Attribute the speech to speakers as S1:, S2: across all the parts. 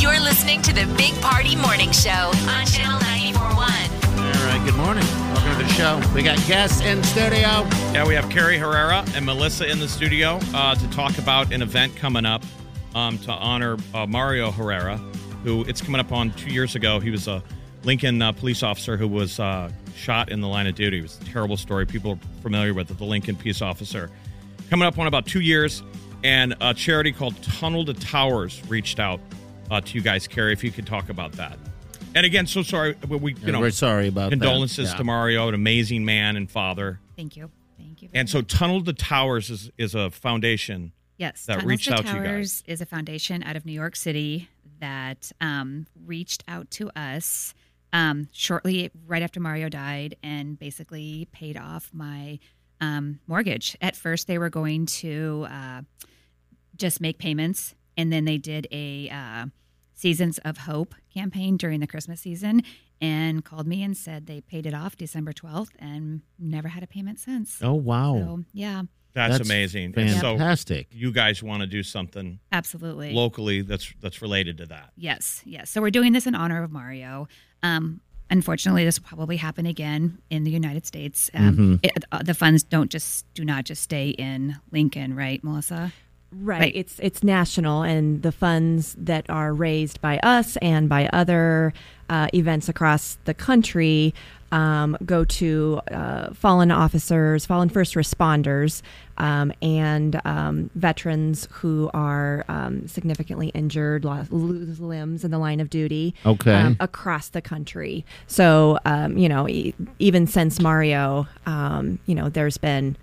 S1: You're listening to the Big Party Morning Show on Channel 941.
S2: All right, good morning. Welcome to the show. We got guests in studio.
S3: Yeah, we have Carrie Herrera and Melissa in the studio uh, to talk about an event coming up um, to honor uh, Mario Herrera, who it's coming up on two years ago. He was a Lincoln uh, police officer who was uh, shot in the line of duty. It was a terrible story. People are familiar with it, the Lincoln peace officer. Coming up on about two years, and a charity called Tunnel to Towers reached out uh, to you guys, Carrie, if you could talk about that. And again, so sorry. We, we, you know,
S2: We're sorry about that.
S3: condolences
S2: Yeah.
S3: to Mario, an amazing man and father.
S4: Thank you. Thank you. very
S3: And so,
S4: much.
S3: Tunnel to Towers is is a foundation.
S4: yes,
S3: that
S4: Tunnels
S3: reached
S4: to
S3: out to you guys.
S4: Towers is a foundation out of New York City that um, reached out to us um, shortly right after Mario died and basically paid off my um, mortgage. At first, they were going to uh, just make payments, and then they did a uh, Seasons of Hope campaign during the Christmas season. And called me and said they paid it off December 12th and never had a payment since.
S2: Oh, wow.
S4: So, yeah.
S3: That's, amazing. And so,
S2: Fantastic.
S3: you guys want to do something
S4: Absolutely.
S3: locally that's that's related to that.
S4: yes, yes. So we're doing this in honor of Mario. Um, unfortunately, this will probably happen again in the United States. Um,
S3: Mm-hmm.
S4: it- uh, the funds don't just do not just stay in Lincoln, right, Melissa?
S5: Right.
S4: Right.
S5: It's it's national, and the funds that are raised by us and by other uh, events across the country um, go to uh, fallen officers, fallen first responders, um, and um, veterans who are um, significantly injured, lo- lose limbs in the line of duty.
S2: Okay.
S5: um, across the country. So um, you know, e- even since Mario, um, you know, there's been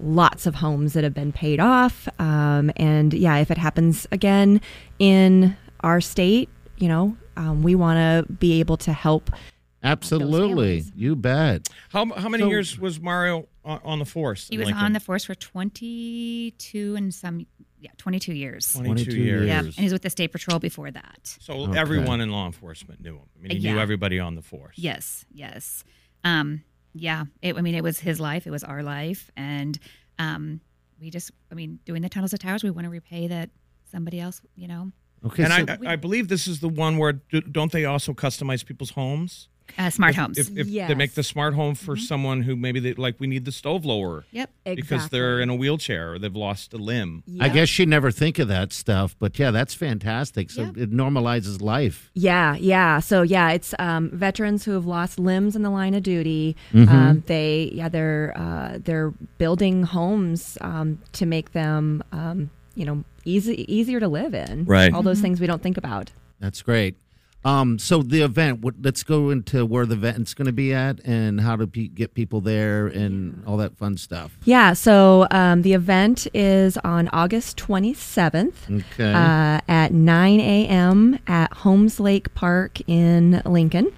S5: lots of homes that have been paid off. Um, and yeah, if it happens again in our state, you know, um, we want to be able to help.
S2: Absolutely.
S5: families.
S2: You bet.
S3: How how many
S2: So-
S3: years was Mario on, on the force?
S4: He
S3: in
S4: was
S3: Lincoln?
S4: on the force for 22 and some, yeah, 22 years.
S3: 22,
S2: 22
S3: years.
S4: Yeah,
S2: years.
S4: and he was with the state patrol before that.
S3: So
S2: Okay.
S3: everyone in law enforcement knew him. I mean, he knew
S4: Yeah.
S3: everybody on the force.
S4: Yes, yes. Um, yeah, it, I mean, it was his life, it was our life. And um, we just, I mean, doing the Tunnels of Towers, we want to repay that somebody else, you know.
S2: Okay.
S3: And
S2: so-
S3: I, I I believe this is the one where d- don't they also customize people's homes?
S4: Uh, smart
S3: If-
S4: homes.
S3: If, if they
S5: Yes.
S3: make the smart home for
S4: Mm-hmm.
S3: someone who maybe they like, we need the stove lower
S4: yep.
S3: because they're in a wheelchair or they've lost a limb.
S2: I guess you never think of that stuff, but yeah, that's fantastic. So
S4: Yeah.
S2: it normalizes life.
S5: Yeah, yeah. So yeah, it's um, veterans who have lost limbs in the line of duty. Um, they yeah they're uh, they're building homes um, to make them um, you know easy easier to live in.
S3: Right.
S5: All those things we don't think about.
S2: That's great. Um, so the event, what, let's go into where the event's going to be at and how to pe- get people there and all that fun stuff.
S5: Yeah. So um, the event is on August twenty seventh.
S2: Okay.
S5: Uh, at 9 a.m. at Holmes Lake Park in Lincoln.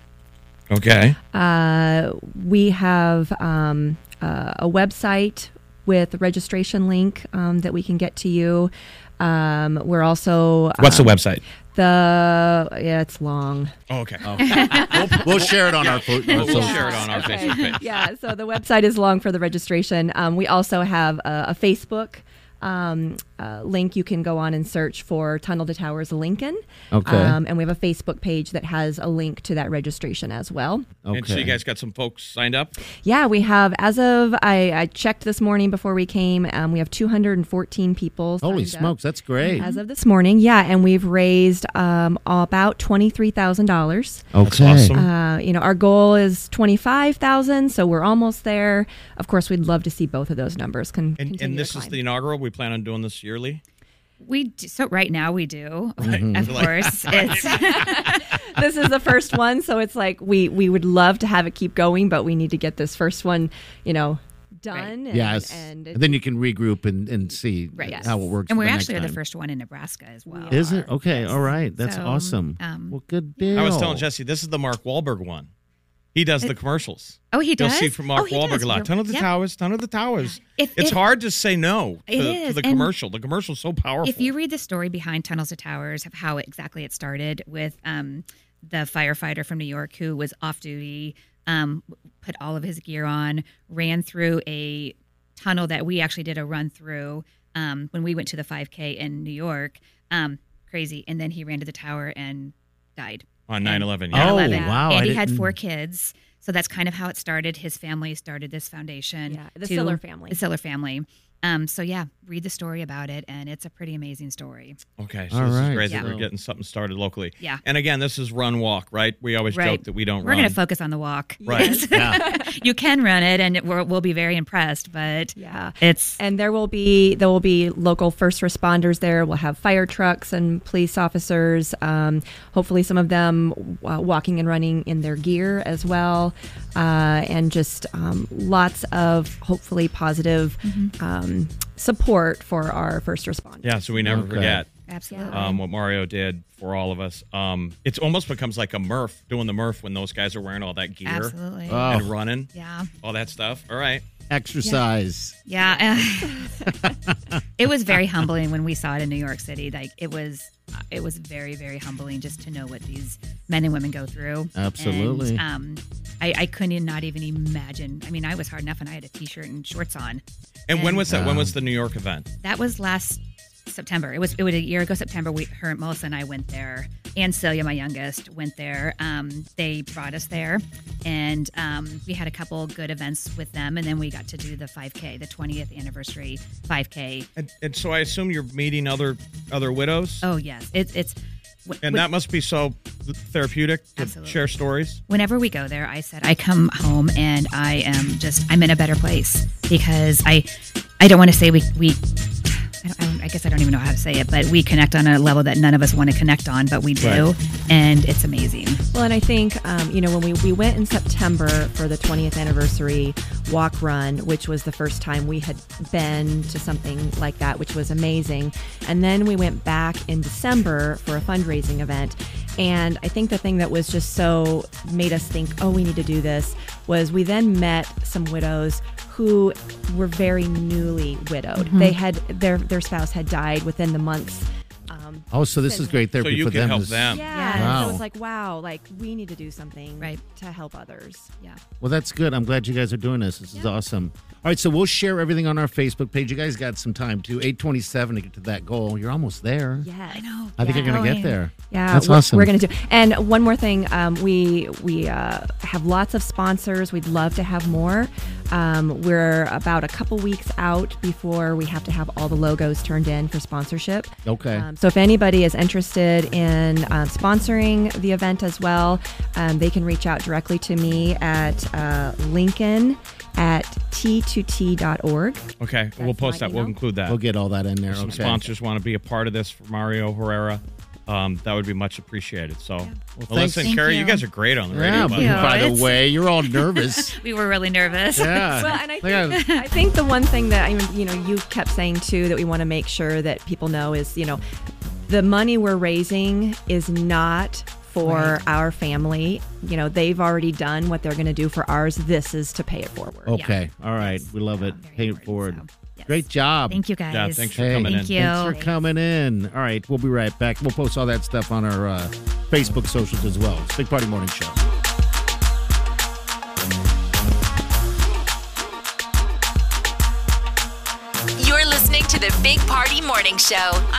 S3: Okay.
S5: Uh, we have um, uh, a website with a registration link um, that we can get to you. Um, we're also
S3: What's
S5: um,
S3: the website?
S5: the yeah, it's long.
S3: Oh, okay.
S2: Um, we'll, we'll share it on our, fo- our
S3: We'll
S2: social.
S3: share it on our Facebook page.
S5: yeah, so the website is long for the registration. Um, we also have a, a Facebook um, uh, link you can go on and search for Tunnel to Towers Lincoln.
S2: Okay.
S5: Um, and we have a Facebook page that has a link to that registration as well.
S2: Okay.
S3: And so you guys got some folks signed up.
S5: Yeah, we have. As of I, I checked this morning before we came, um, we have 214 people.
S2: Holy
S5: signed up
S2: smokes, that's great.
S5: As of this morning, yeah, and we've raised um, about twenty three thousand dollars.
S3: That's awesome.
S5: Uh, you know, our goal is twenty five thousand, so we're almost there. Of course, we'd love to see both of those numbers. Con-
S3: and,
S5: continue
S3: and
S5: to
S3: this is
S5: climb.
S3: the inaugural. We plan on doing this yearly.
S4: We do, so right now we do,
S2: Mm-hmm.
S4: of
S3: Like-
S4: course. It's,
S5: this is the first one, so it's like we we would love to have it keep going, but we need to get this first one, you know, done. And,
S2: yes.
S5: and,
S2: And,
S5: it-
S2: then you can regroup and, and see
S4: Right. Yes.
S2: how it works.
S4: And
S2: for
S4: we're
S2: the next
S4: actually the
S2: time.
S4: first one in Nebraska as well.
S2: Is it okay? All right, that's
S4: So,
S2: awesome.
S4: um,
S2: well, good deal.
S3: I was telling Jesse, this is the Mark Wahlberg one. He does the commercials.
S4: Oh, he
S3: You'll
S4: does?
S3: see from Mark
S4: Oh, he
S3: Wahlberg
S4: does.
S3: a lot.
S4: You're-
S3: Tunnel of the
S4: yep.
S3: Towers, Tunnel of the Towers.
S4: If-
S3: it's
S4: if-
S3: hard to say no to,
S4: It
S3: to
S4: is,
S3: the
S4: and-
S3: commercial. The commercial's so powerful.
S4: If you read the story behind Tunnels to Towers of how exactly it started with um, the firefighter from New York who was off duty, um, put all of his gear on, ran through a tunnel that we actually did a run through um, when we went to the 5K in New York. Um, crazy. And then he ran to the tower and died.
S3: on 9-11, yeah.
S2: Oh,
S4: 9/11.
S2: wow, I
S4: And he had
S2: didn't-
S4: four kids. So that's kind of how it started. His family started this foundation.
S5: Yeah,
S4: to-
S5: the Siller family.
S4: The Siller family. Um, so yeah, read the story about it, and it's a pretty amazing story.
S3: Okay, so
S2: All
S3: this
S2: right.
S3: is great
S2: Yeah.
S3: that we're getting something started locally.
S4: Yeah.
S3: And again, this is run walk, right? We always
S4: Right.
S3: joke that we don't
S4: We're
S3: run.
S4: going to focus on the walk.
S3: Right.
S4: you can run it, and it, we're, we'll be very impressed. But
S5: yeah.
S4: it's
S5: and there will be there will be local first responders there. We'll have fire trucks and police officers. Um, hopefully, some of them uh, walking and running in their gear as well, uh, and just um, lots of hopefully positive um, support for our first responders.
S3: yeah, so we never
S2: Okay.
S3: forget
S4: absolutely
S3: um, what Mario did for all of us. Um, it's almost becomes like a Murph doing the Murph when those guys are wearing all that gear
S4: absolutely.
S3: and running,
S4: yeah.
S3: all that stuff. All right.
S2: Exercise.
S4: Yeah. it was very humbling when we saw it in New York City. Like it was it was very very humbling just to know what these men and women go through.
S2: Absolutely.
S4: And, um I, I couldn't not even imagine. I mean, I was hard enough and I had a t-shirt and shorts on.
S3: And, when
S4: And-
S3: was that? When was the New York event?
S4: That was last September. It was it was a year ago September. We her Melissa and I went there, and Celia, my youngest, went there. Um, they brought us there, and um, we had a couple good events with them, and then we got to do the 5K, the 20th anniversary 5K.
S3: And, and so I assume you're meeting other other widows,
S4: Oh yes, it, it's. w-
S3: and
S4: w-
S3: that must be so therapeutic to
S4: Absolutely.
S3: share stories.
S4: whenever we go there, I said I come home and I am just I'm in a better place because I I don't want to say we we I, don't, I, don't- I guess I don't even know how to say it, but we connect on a level that none of us want to connect on, but we do, and it's amazing.
S5: Well, and I think, um, you know, when we, we went in September for the 20th anniversary walk run, which was the first time we had been to something like that, which was amazing. And then we went back in December for a fundraising event. And I think the thing that was just so made us think, oh, we need to do this, was we then met some widows who were very newly widowed. They had their their spouse had died within the months. Um,
S2: Oh, so this is great
S3: So
S2: therapy
S3: you
S2: for
S3: can
S2: them.
S3: help
S2: is-
S3: them.
S5: yeah.
S4: Yeah.
S5: So
S2: Wow.
S5: it's like, wow, like we need to do something
S4: Right.
S5: to help others.
S4: Yeah.
S2: Well, that's good. I'm glad you guys are doing this. This is awesome. All right, so we'll share everything on our Facebook page. You guys got some time too. 827 to get to that goal. You're almost there.
S5: Yeah.
S4: I know.
S2: I think
S4: Yeah.
S2: you're gonna
S4: Going.
S2: get there.
S5: Yeah,
S2: that's
S5: we're,
S2: awesome.
S5: We're gonna do. And one more thing, um, we we uh, have lots of sponsors. We'd love to have more. Um, we're about a couple weeks out before we have to have all the logos turned in for sponsorship.
S2: Okay.
S5: Um, so if anybody is interested in uh, sponsoring the event as well, um, they can reach out directly to me at uh, Lincoln at t2t.org.
S3: Okay, we'll post
S5: my
S3: that. We'll
S5: email.
S3: include that.
S2: We'll get all that in there.
S3: Some
S2: okay.
S3: sponsors want to be a part of this for Mario Herrera. Um, that would be much appreciated. So, Melissa and
S4: Thank
S3: Carrie, you.
S4: you.
S3: guys are great on the
S2: Yeah,
S3: radio. by
S2: but
S3: the way.
S2: by the
S4: It's-
S2: way, you're all nervous.
S4: We were really nervous.
S2: yeah.
S5: Well, and I
S2: They got-
S5: think, I think the one thing that I mean, you know, you kept saying too that we want to make sure that people know is, you know, the money we're raising is not for our family. You know, they've already done what they're going to do for ours. This is to pay it forward.
S2: Okay. All right. We love it.
S4: Very
S2: Pay it
S4: important,
S2: forward.
S4: so, yes.
S2: Great job.
S4: Thank you guys.
S3: Yeah, thanks for
S2: Hey,
S3: coming
S4: Thank
S3: in.
S4: you.
S2: Thanks for coming in. All right. We'll be right back. We'll post all that stuff on our uh, Facebook socials as well. It's Big Party Morning Show.
S1: You're listening to the Big Party Morning Show.